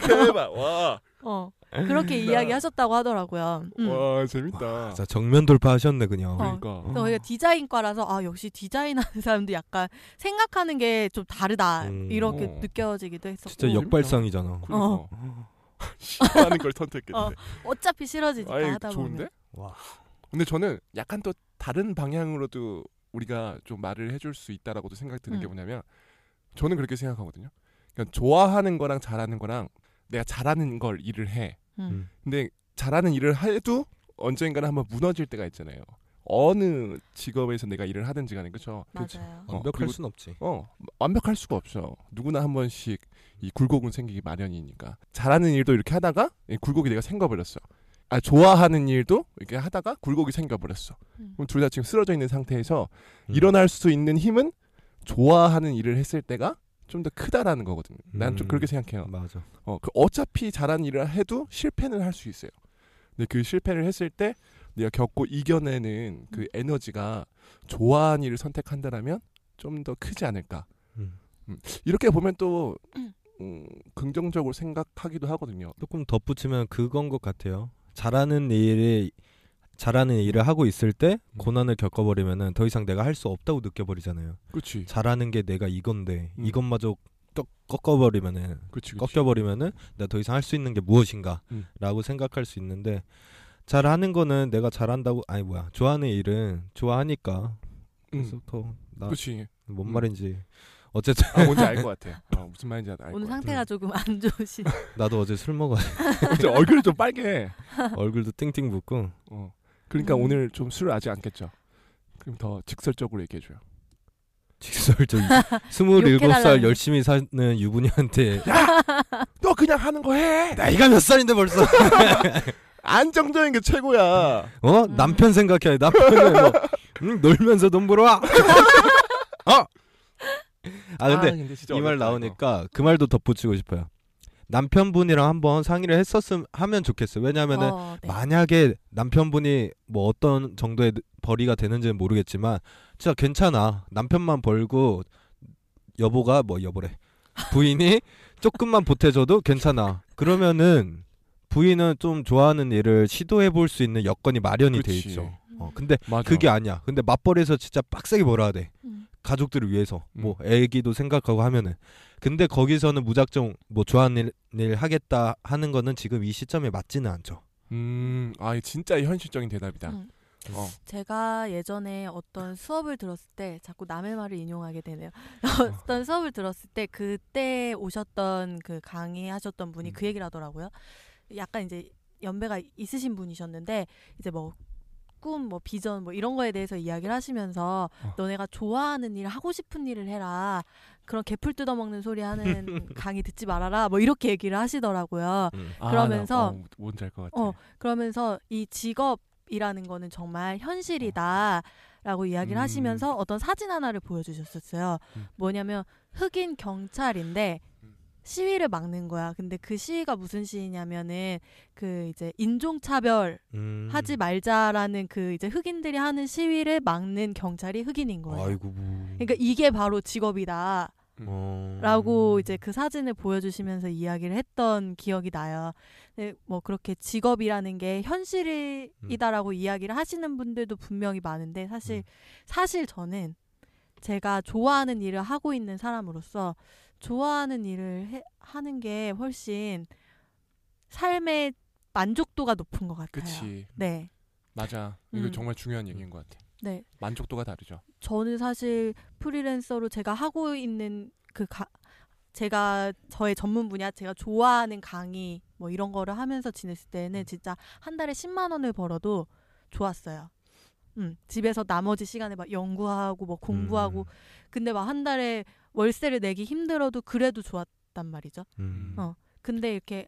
B: 대박 와.
C: 어 그렇게 이야기하셨다고 하더라고요. 음.
B: 네. 와 재밌다.
D: 자, 정면 돌파하셨네 그냥.
C: 어.
B: 그러니까
C: 그래서 우리가 디자인과라서 아 역시 디자인하는 사람도 약간 생각하는 게 좀 다르다
D: 음.
C: 이렇게
B: 어.
C: 느껴지기도 했었고
D: 진짜 역발상이잖아.
B: 그러니까.
D: 어,
B: 싫어하는 걸 선택했네.
C: 어, 어차피 싫어지니까
B: 아이
C: 하다
B: 좋은데?
C: 보면
D: 와.
B: 근데 저는 약간 또 다른 방향으로도 우리가 좀 말을 해줄 수 있다라고도 생각 드는 게
C: 음.
B: 뭐냐면 저는 그렇게 생각하거든요. 그러니까 좋아하는 거랑 잘하는 거랑 내가 잘하는 걸 일을 해.
C: 음.
B: 근데 잘하는 일을 해도 언젠가는 한번 무너질 때가 있잖아요. 어느 직업에서 내가 일을 하든지 간에 그렇죠.
C: 맞아요
B: 어,
D: 완벽할
B: 그리고-
D: 순 없지.
B: 어 완벽할 수가 없죠. 누구나 한 번씩 이 굴곡은 생기기 마련이니까 잘하는 일도 이렇게 하다가 이 굴곡이 내가 생겨버렸어. 아 좋아하는 일도 이렇게 하다가 굴곡이 생겨버렸어.
C: 음.
B: 그럼 둘 다 지금 쓰러져 있는 상태에서
D: 음.
B: 일어날 수 있는 힘은 좋아하는 일을 했을 때가 좀 더 크다라는 거거든요. 난 좀
D: 음.
B: 그렇게 생각해요.
D: 맞아.
B: 어, 그 어차피 잘한 일을 해도 실패는 할 수 있어요. 근데 그 실패를 했을 때 내가 겪고 이겨내는 그 에너지가 좋아하는 일을 선택한다라면 좀 더 크지 않을까.
D: 음.
B: 음, 이렇게 보면 또 음, 긍정적으로 생각하기도 하거든요.
D: 조금 덧붙이면 그건 것 같아요. 잘하는 일이 잘하는 일을 하고 있을 때
B: 음.
D: 고난을 겪어버리면은 더 이상 내가 할 수 없다고 느껴버리잖아요.
B: 그렇지,
D: 잘하는 게 내가 이건데
B: 음.
D: 이것마저 꺾, 꺾어버리면은
B: 그렇지,
D: 꺾여버리면은 내가 더 이상 할 수 있는 게 무엇인가라고
B: 음.
D: 생각할 수 있는데 잘하는 거는 내가 잘한다고 아니 뭐야 좋아하는 일은 좋아하니까 그래서 더나뭔
B: 음. 그렇지. 음.
D: 말인지 어쨌든
B: 아, 뭔지 알 것 같아. 어, 무슨 말인지 알것 같아.
C: 오늘 상태가 조금 안 좋으신
D: 나도 어제 술 먹어
B: 진짜 얼굴이 좀 빨개.
D: 얼굴도 띵띵 붓고
B: 어. 그러니까
C: 음.
B: 오늘 좀 술을 아직 안 깼죠. 그럼 더 직설적으로 얘기해줘요.
D: 직설적 스물일곱 살
C: 욕해달라는
D: 열심히 사는 유부녀한테
B: 너 그냥 하는 거 해.
D: 나이가 몇 살인데 벌써
B: 안정적인 게 최고야.
D: 어
C: 음.
D: 남편 생각해 남편은 뭐 음, 놀면서 돈 벌어와 어! 아 근데
B: 진짜
D: 이 말
B: 어렵다,
D: 나오니까 그 말도 덧붙이고 싶어요. 남편분이랑 한번 상의를 했었음 하면 좋겠어요. 왜냐하면은
C: 어, 네.
D: 만약에 남편분이 뭐 어떤 정도의 벌이가 되는지는 모르겠지만 진짜 괜찮아. 남편만 벌고 여보가 뭐 여보래 부인이 조금만 보태줘도 괜찮아. 그러면은 부인은 좀 좋아하는 일을 시도해 볼 수 있는 여건이 마련이 돼
B: 그치.
D: 있죠. 어, 근데
B: 이거. 맞아.
D: 그게 아니야. 근데 맞벌이에서 진짜 빡세게 벌어야 돼.
C: 음.
D: 가족들을 위해서
B: 음.
D: 뭐 애기도 생각하고 하면은 근데 거기서는 무작정 뭐 좋아하는 일, 일 하겠다 하는 거는 지금 이 시점에 맞지는 않죠.
B: 음, 아, 이거 진짜 현실적인 대답이다.
C: 음.
B: 어.
C: 제가 예전에 어떤 수업을 들었을 때 자꾸 남의 말을 인용하게 되네요.
B: 아.
C: 어떤 수업을 들었을 때 그때 오셨던 그 강의하셨던 분이
B: 음.
C: 그 얘기를 하더라고요. 약간 이제 연배가 있으신 분이셨는데 이제 뭐 꿈, 뭐 비전, 뭐 이런 거에 대해서 이야기를 하시면서
B: 어.
C: 너네가 좋아하는 일, 하고 싶은 일을 해라. 그런 개풀 뜯어먹는 소리 하는 강의 듣지 말아라. 뭐 이렇게 얘기를 하시더라고요.
B: 아,
C: 그러면서-
B: 나, 어, 뭔지 알 것 같아.
C: 어, 그러면서 이 직업이라는 거는 정말 현실이다. 라고 이야기를
B: 음.
C: 하시면서 어떤 사진 하나를 보여주셨었어요.
B: 음.
C: 뭐냐면 흑인 경찰인데
B: 음.
C: 시위를 막는 거야. 근데 그 시위가 무슨 시위냐면은 그 이제 인종차별
D: 음.
C: 하지 말자라는 그 이제 흑인들이 하는 시위를 막는 경찰이 흑인인 거예요.
D: 아이고. 뭐.
C: 그러니까 이게 바로 직업이다.
D: 어.
B: 음.
C: 라고 이제 그 사진을 보여주시면서 이야기를 했던 기억이 나요. 근데 뭐 그렇게 직업이라는
B: 음.
C: 게 현실이다라고 이야기를 하시는 분들도 분명히 많은데 사실
D: 음.
C: 사실 저는 제가 좋아하는 일을 하고 있는 사람으로서 좋아하는 일을 해- 하는 게 훨씬 삶의 만족도가 높은 것 같아요.
B: 그치.
C: 네,
B: 맞아. 이거
C: 음.
B: 정말 중요한 얘기인 것 같아.
C: 네.
B: 만족도가 다르죠.
C: 저는 사실 프리랜서로 제가 하고 있는 그 가, 제가 저의 전문 분야 제가 좋아하는 강의 뭐 이런 거를 하면서 지냈을 때는 진짜 한 달에 10만 원을 벌어도 좋았어요. 음, 집에서 나머지 시간에 막 연구하고 뭐 공부하고
D: 음.
C: 근데 막 한 달에 월세를 내기 힘들어도 그래도 좋았단 말이죠.
D: 음.
C: 어. 근데 이렇게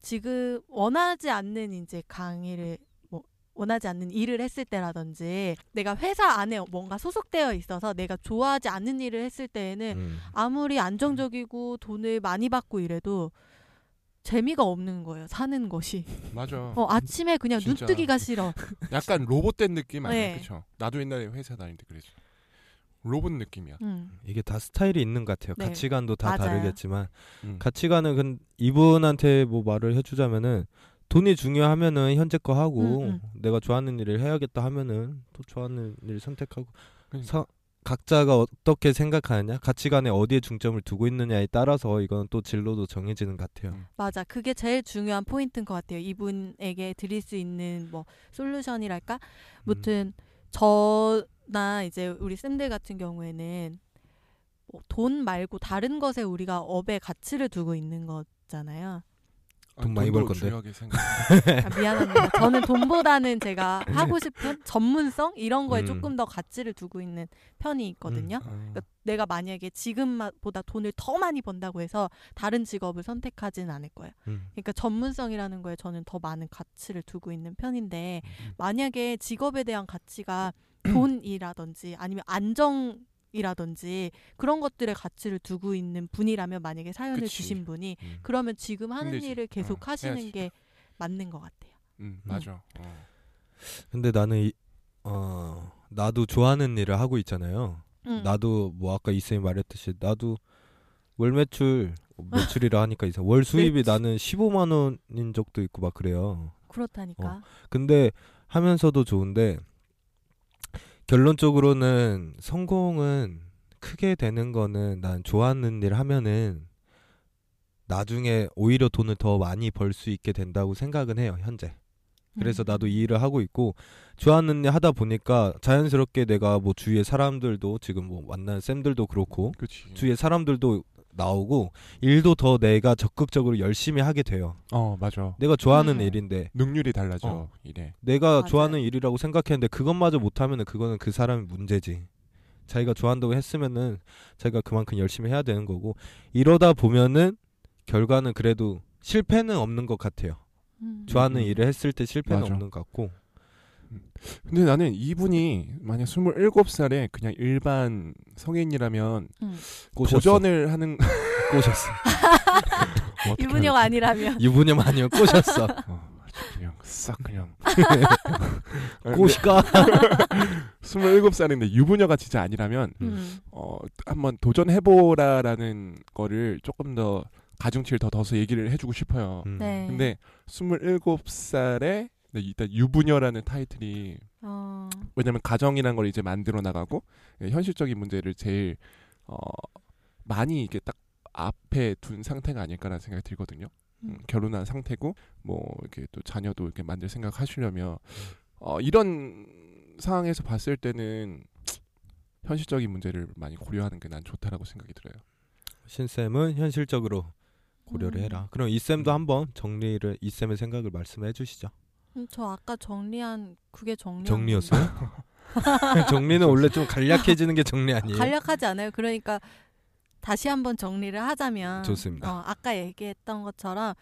C: 지금 원하지 않는 이제 강의를 뭐 원하지 않는 일을 했을 때라든지 내가 회사 안에 뭔가 소속되어 있어서 내가 좋아하지 않는 일을 했을 때에는
D: 음.
C: 아무리 안정적이고 돈을 많이 받고 이래도 재미가 없는 거예요. 사는 것이.
B: 맞아.
C: 어, 아침에 그냥
B: 진짜.
C: 눈뜨기가 싫어.
B: 약간 로봇된 느낌 아니야,
C: 네.
B: 그쵸? 나도 옛날에 회사 다닐 때 그랬어. 로봇 느낌이야.
C: 음.
D: 이게 다 스타일이 있는 것 같아요.
C: 네.
D: 가치관도 다
C: 맞아요.
D: 다르겠지만
B: 음.
D: 가치관은 근 이분한테 뭐 말을 해주자면은 돈이 중요하면은 현재 거 하고
C: 음,
D: 내가 좋아하는 일을 해야겠다 하면은 또 좋아하는 일을 선택하고
B: 그러니까.
D: 서- 각자가 어떻게 생각하느냐 가치관에 어디에 중점을 두고 있느냐에 따라서 이건 또 진로도 정해지는 것 같아요.
B: 음.
C: 맞아. 그게 제일 중요한 포인트인 것 같아요. 이분에게 드릴 수 있는 뭐 솔루션이랄까? 무튼 저나 이제 우리 쌤들 같은 경우에는 뭐 돈 말고 다른 것에 우리가 업의 가치를 두고 있는 거잖아요.
B: 아,
D: 돈 많이 벌
B: 돈도
D: 건데.
B: 중요하게 생각.
C: 아, 미안합니다. 저는 돈보다는 제가 하고 싶은 전문성 이런 거에
D: 음.
C: 조금 더 가치를 두고 있는 편이 있거든요.
B: 어.
C: 그러니까 내가 만약에 지금보다 돈을 더 많이 번다고 해서 다른 직업을 선택하진 않을 거예요.
D: 음.
C: 그러니까 전문성이라는 거에 저는 더 많은 가치를 두고 있는 편인데 만약에 직업에 대한 가치가 돈이라든지 아니면 안정이라든지 그런 것들의 가치를 두고 있는 분이라면 만약에 사연을
B: 그치.
C: 주신 분이
D: 음.
C: 그러면 지금 하는
B: 힘들지.
C: 일을 계속
B: 어,
C: 하시는
B: 해야지.
C: 게 맞는 것 같아요.
B: 음, 맞아. 어.
D: 근데 나는 이, 어 나도 좋아하는 일을 하고 있잖아요.
C: 음.
D: 나도 뭐 아까 이쌤이 말했듯이 나도 월 매출 매출이라 하니까 이상 월 수입이 나는 15만 원인 적도 있고 막 그래요.
C: 그렇다니까. 음.
D: 근데 하면서도 좋은데 결론적으로는 성공은 크게 되는 거는 난 좋아하는 일 하면은 나중에 오히려 돈을 더 많이 벌 수 있게 된다고 생각은 해요 현재. 그래서
C: 음.
D: 나도 이 일을 하고 있고 좋아하는 일 하다 보니까 자연스럽게 내가 뭐 주위에 사람들도 지금 뭐 만난 쌤들도
C: 음.
D: 그렇고
B: 그렇지.
D: 주위에 사람들도 나오고 일도 더 내가 적극적으로 열심히 하게 돼요.
B: 어, 맞아.
D: 내가 좋아하는
C: 음.
D: 일인데
B: 능률이 달라져.
D: 어.
B: 이래.
D: 내가
C: 맞아요.
D: 좋아하는 일이라고 생각했는데 그것마저 못하면은 그거는 그 사람의 문제지. 자기가 좋아한다고 했으면은 자기가 그만큼 열심히 해야 되는 거고 이러다 보면은 결과는 그래도 실패는 없는 것 같아요.
C: 음.
D: 좋아하는
B: 음.
D: 일을 했을 때 실패는
B: 맞아.
D: 없는 것 같고
B: 근데 나는 이분이 만약 27살에 그냥 일반 성인이라면
C: 음.
D: 꼬셨어.
B: 도전을 하는 뭐
D: 꼬셨어.
B: 어떻게
C: 유부녀가
B: 하지?
C: 아니라면
D: 유부녀 마녀 꼬셨어.
B: 어, 그냥 싹 그냥
C: 아,
D: 네. 꼬시까.
B: 27살인데 유부녀가 진짜 아니라면
C: 음.
B: 어, 한번 도전해보라라는 거를 조금 더 가중치를 더 둬서 얘기를 해주고 싶어요.
D: 음.
C: 네.
B: 근데 27살에 일단 유부녀라는 타이틀이
C: 어.
B: 왜냐면 가정이란 걸 이제 만들어 나가고 예, 현실적인 문제를 제일 어, 많이 이게 딱 앞에 둔 상태가 아닐까라는 생각이 들거든요. 음,
C: 음.
B: 결혼한 상태고 뭐 이렇게 또 자녀도 이렇게 만들 생각 하시려면 어, 이런 상황에서 봤을 때는 현실적인 문제를 많이 고려하는 게 난 좋다라고 생각이 들어요.
D: 신 쌤은 현실적으로 고려를
C: 음.
D: 해라. 그럼 이 쌤도 한번 정리를 이 쌤의 생각을 말씀해 주시죠.
C: 음, 저 아까 정리한 그게 정리
D: 정리였어요? 정리는 원래 좀 간략해지는 게 정리 아니에요?
C: 간략하지 않아요. 그러니까 다시 한번 정리를 하자면
D: 좋습니다.
C: 어, 아까 얘기했던 것처럼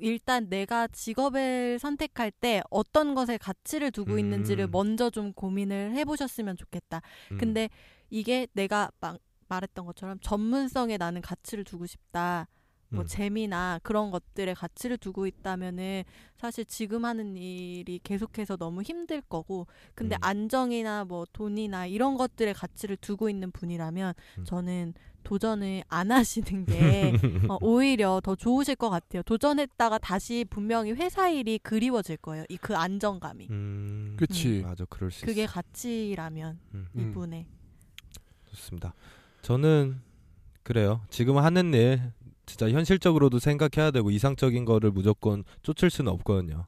C: 일단 내가 직업을 선택할 때 어떤 것에 가치를 두고
D: 음.
C: 있는지를 먼저 좀 고민을 해보셨으면 좋겠다.
D: 음.
C: 근데 이게 내가 막 말했던 것처럼 전문성에 나는 가치를 두고 싶다. 뭐
D: 음.
C: 재미나 그런 것들의 가치를 두고 있다면은 사실 지금 하는 일이 계속해서 너무 힘들 거고 근데
D: 음.
C: 안정이나 뭐 돈이나 이런 것들의 가치를 두고 있는 분이라면
D: 음.
C: 저는 도전을 안 하시는 게 어, 오히려 더 좋으실 것 같아요. 도전했다가 다시 분명히 회사 일이 그리워질 거예요. 이 그 안정감이
D: 음.
B: 그치.
D: 맞아. 그럴 수
C: 그게
D: 있어.
C: 가치라면
D: 음.
B: 음.
C: 이분의
D: 좋습니다. 저는 그래요. 지금 하는 일 진짜 현실적으로도 생각해야 되고 이상적인 거를 무조건 쫓을 수는 없거든요.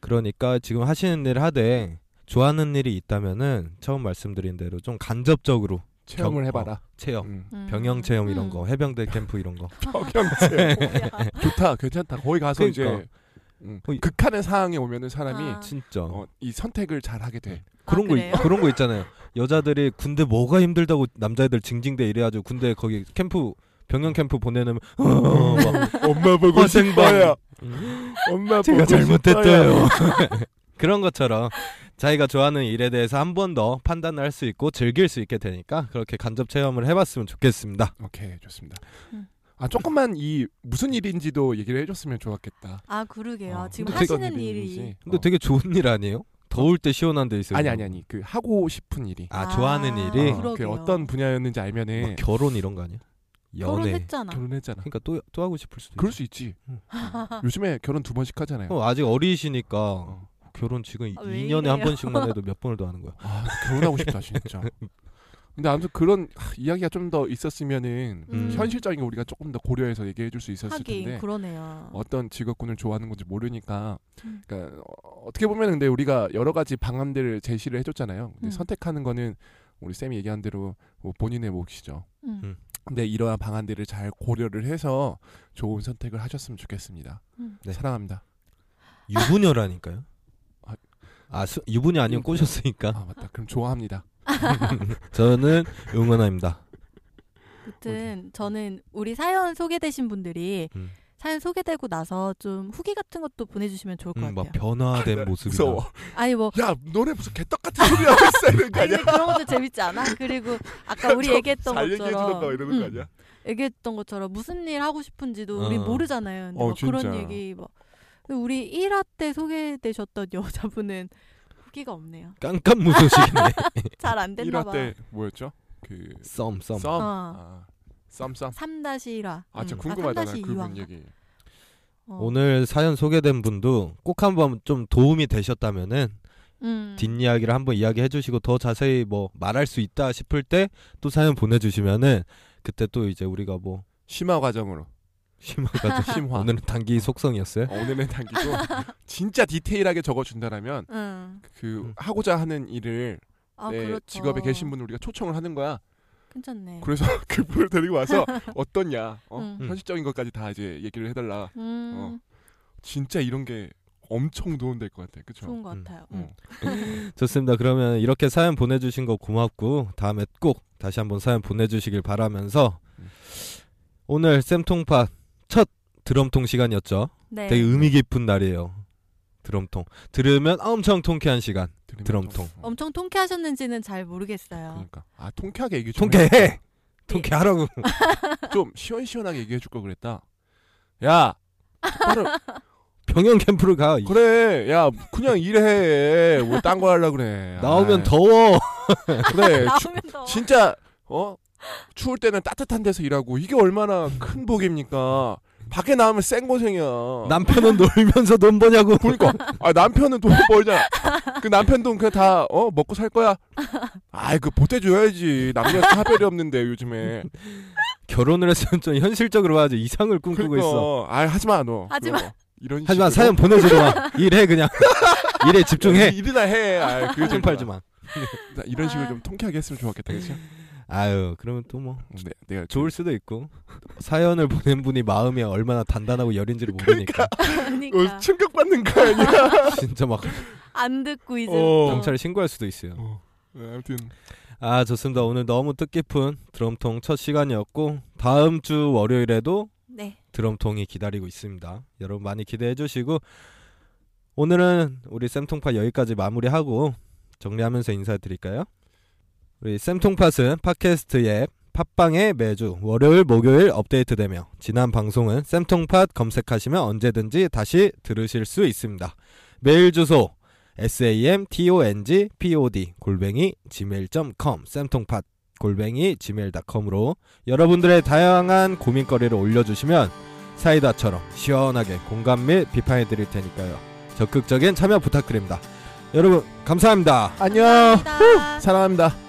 D: 그러니까 지금 하시는 일 하되 좋아하는 일이 있다면은 처음 말씀드린 대로 좀 간접적으로
B: 체험을
D: 경- 어.
B: 해봐라.
D: 체험,
B: 음.
C: 음.
D: 병영 체험 이런
C: 음.
D: 거, 해병대 캠프 이런 거.
B: 경제
C: 아,
B: 좋다, 괜찮다. 거기 가서 이제
D: 그러니까.
B: 음,
D: 거의-
B: 극한의 상황에 오면은 사람이
C: 아.
D: 진짜.
B: 어, 이 선택을 잘 하게 돼.
D: 그런 거 있-
C: 그래요?
D: 그런 거 있잖아요. 여자들이 군대 뭐가 힘들다고 남자애들 징징대 이래가지고 군대 거기 캠프 병영 캠프 보내는 막
B: 엄마 보고
D: 화생방.
B: 싶어요. 엄마
D: 제가
B: 보고 싶어요.
D: 잘못했어요. 그런 것처럼 자기가 좋아하는 일에 대해서 한 번 더 판단을 할 수 있고 즐길 수 있게 되니까 그렇게 간접 체험을 해봤으면 좋겠습니다.
B: 오케이 좋습니다.
C: 음.
B: 아 조금만 이 무슨 일인지도 얘기를 해줬으면 좋았겠다.
C: 아 그러게요.
B: 어,
C: 지금
B: 어떤
C: 하시는
B: 일인지.
C: 일이
D: 근데
B: 어.
D: 되게 좋은 일 아니에요? 더울 때 시원한 데 있어요.
B: 아니 아니 아니 그 하고 싶은 일이
D: 아, 좋아하는 일이
C: 아,
B: 그
C: 그러게요.
B: 어떤 분야였는지 알면은
D: 막 결혼 이런 거 아니야? 연애.
C: 결혼했잖아.
B: 결혼했잖아.
D: 그러니까 또 또 하고 싶을 수도.
B: 그럴
D: 있어.
B: 수 있지.
D: 음.
B: 요즘에 결혼 두 번씩 하잖아요.
D: 어, 아직 어리시니까
B: 어.
D: 결혼 지금
C: 아, 왜
D: 2년에 한
C: 이래요?
D: 번씩만 해도 몇 번을 더 하는 거야.
B: 아, 결혼하고 싶다 진짜. 근데 아무튼 그런 하, 이야기가 좀 더 있었으면은
D: 음.
B: 현실적인 거 우리가 조금 더 고려해서 얘기해 줄 수 있었을
C: 하긴
B: 텐데
C: 그러네요.
B: 어떤 직업군을 좋아하는 건지 모르니까
C: 음.
B: 그러니까 어, 떻게 보면 근데 우리가 여러 가지 방안들을 제시를 해줬잖아요. 근데
C: 음.
B: 선택하는 거는 우리 쌤이 얘기한 대로 뭐 본인의 몫이죠.
C: 음.
D: 음.
B: 근데 이러한 방안들을 잘 고려를 해서 좋은 선택을 하셨으면 좋겠습니다.
C: 음.
D: 네.
B: 사랑합니다.
D: 유부녀라니까요.
B: 아.
D: 아 수- 유부녀 아니면 꼬셨으니까
B: 아 맞다. 그럼 좋아합니다.
D: 저는 응원합니다.
B: 음.
C: 아무튼 저는 우리 사연 소개되신 분들이
D: 음.
C: 사연 소개되고 나서 좀 후기 같은 것도 보내주시면 좋을 것
D: 음, 막
C: 같아요.
D: 변화된 모습이다.
B: 무서워.
C: 아니 뭐
B: 야 노래 무슨 개떡 같은 소리 하고 있어 그러니까 이런 거
C: 아니,
B: 아니야?
C: 근데 그런 것도 재밌지 않아? 그리고 아까 우리
B: 좀
C: 얘기했던
B: 잘 얘기해 주는
C: 것처럼
B: 거 이러는 거
C: 음,
B: 아니야?
C: 얘기했던 것처럼 무슨 일 하고 싶은지도 우리
D: 어.
C: 모르잖아요. 근데
B: 어,
C: 막
B: 진짜.
C: 그런 얘기 막 우리 1화 때 소개되셨던 여자분은 후기가 없네요.
D: 깜깜 무소식이네.
C: 잘 안 됐나
B: 일화
C: 봐.
B: 때 뭐였죠? 그
D: 썸 썸.
B: 썸.
C: 어.
B: 아, 썸 썸.
C: 3-1화.
B: 아, 진짜
D: 음.
B: 궁금하다.
C: 아,
B: 나
C: 3-2
B: 그분
C: 화인가?
B: 얘기.
C: 어.
D: 오늘 사연 소개된 분도 꼭 한번 좀 도움이 되셨다면은
C: 음.
D: 뒷이야기를 한번 이야기해 주시고 더 자세히 뭐 말할 수 있다 싶을 때 또 사연 보내 주시면은 그때 또 이제 우리가 뭐
B: 심화 과정으로.
D: 심화가 좀
B: 심화.
D: 오늘은 단기 속성이었어요.
B: 어, 오늘은 당기고 진짜 디테일하게 적어 준다라면
C: 음.
B: 그
D: 음.
B: 하고자 하는 일을
C: 아,
B: 내
C: 그렇죠.
B: 네,
C: 음.
B: 직업에 계신 분을 우리가 초청을 하는 거야.
C: 괜찮네.
B: 그래서 그분을 데리고 와서 어떻냐? 어?
C: 음.
D: 음.
B: 현실적인 것까지 다 이제 얘기를 해달라. 어,
C: 음,
B: 진짜 이런 게 엄청 도움될 것 같아. 그렇죠?
C: 좋은 것
D: 음.
C: 같아요.
B: 어.
C: 음.
D: 좋습니다. 그러면 이렇게 사연 보내 주신 거 고맙고 다음에 꼭 다시 한번 사연 보내 주시길 바라면서 오늘 쌤통팟 첫 드럼통 시간이었죠.
C: 네.
D: 되게 의미 깊은 날이에요. 드럼통. 들으면 엄청 통쾌한 시간.
B: 드림
D: 드럼통.
B: 통.
C: 엄청 통쾌하셨는지는 잘 모르겠어요.
B: 그러니까 아 통쾌하게 얘기 좀
D: 통쾌해.
B: 해.
D: 통쾌하라고.
B: 좀 시원시원하게 얘기해 줄 걸 그랬다. 야, 똑바로
D: 병영 캠프를 가. 이-
B: 그래, 야 그냥 일해. 왜 딴 거 하려 그래.
D: 나오면
B: 아이,
D: 더워.
B: 그래. 추,
C: 나오면 더
B: 진짜 어 추울 때는 따뜻한 데서 일하고 이게 얼마나 큰 복입니까. 밖에 나오면 쌩 고생이야.
D: 남편은 놀면서 돈 버냐고.
B: 어. 그러니까 아 남편은 돈 벌잖아. 그 남편 돈 그냥 다어 먹고 살 거야. 아이 그 보태줘야지. 남녀 차별이 없는데 요즘에.
D: 결혼을 했으면 좀 현실적으로 봐야지 이상을 꿈꾸고
B: 그러니까
D: 있어.
B: 아 하지마 너.
C: 하지
B: 그런 거. 이런
D: 하지만
B: 식으로. 어,
D: 사연 보내주지 마. 일해 그냥. 일에 집중해.
B: 일이나 해. 아, 그게
D: 좀
B: 좀
D: 팔지 마.
B: 이런 식으로
C: 아.
B: 좀 통쾌하게 했으면 좋았겠다. 그렇지?
D: 아유, 그러면 또 뭐.
B: 네, 내가
D: 좋을 수도 있고 사연을 보낸 분이 마음이 얼마나 단단하고 여린지를 모르니까
C: 그러니까
B: 어, 충격받는 거 아니야?
D: 진짜 막
C: 안 듣고 이제
B: 그러니까. 어.
C: 또.
D: 경찰에 신고할 수도 있어요.
B: 어, 네, 아무튼
D: 아 좋습니다. 오늘 너무 뜻깊은 드럼통 첫 시간이었고 다음 주 월요일에도
C: 네.
D: 드럼통이 기다리고 있습니다. 여러분 많이 기대해 주시고 오늘은 우리 쌤통팟 여기까지 마무리하고 정리하면서 인사드릴까요? 우리 쌤통팟은 팟캐스트 앱 팟빵에 매주 월요일 목요일 업데이트되며 지난 방송은 쌤통팟 검색하시면 언제든지 다시 들으실 수 있습니다. 메일 주소 samtongpod 골뱅이 gmail.com 쌤통팟 골뱅이 gmail.com으로 여러분들의 다양한 고민거리를 올려주시면 사이다처럼 시원하게 공감 및 비판해 드릴 테니까요. 적극적인 참여 부탁드립니다. 여러분 감사합니다.
B: 안녕.
C: 감사합니다.
B: 사랑합니다.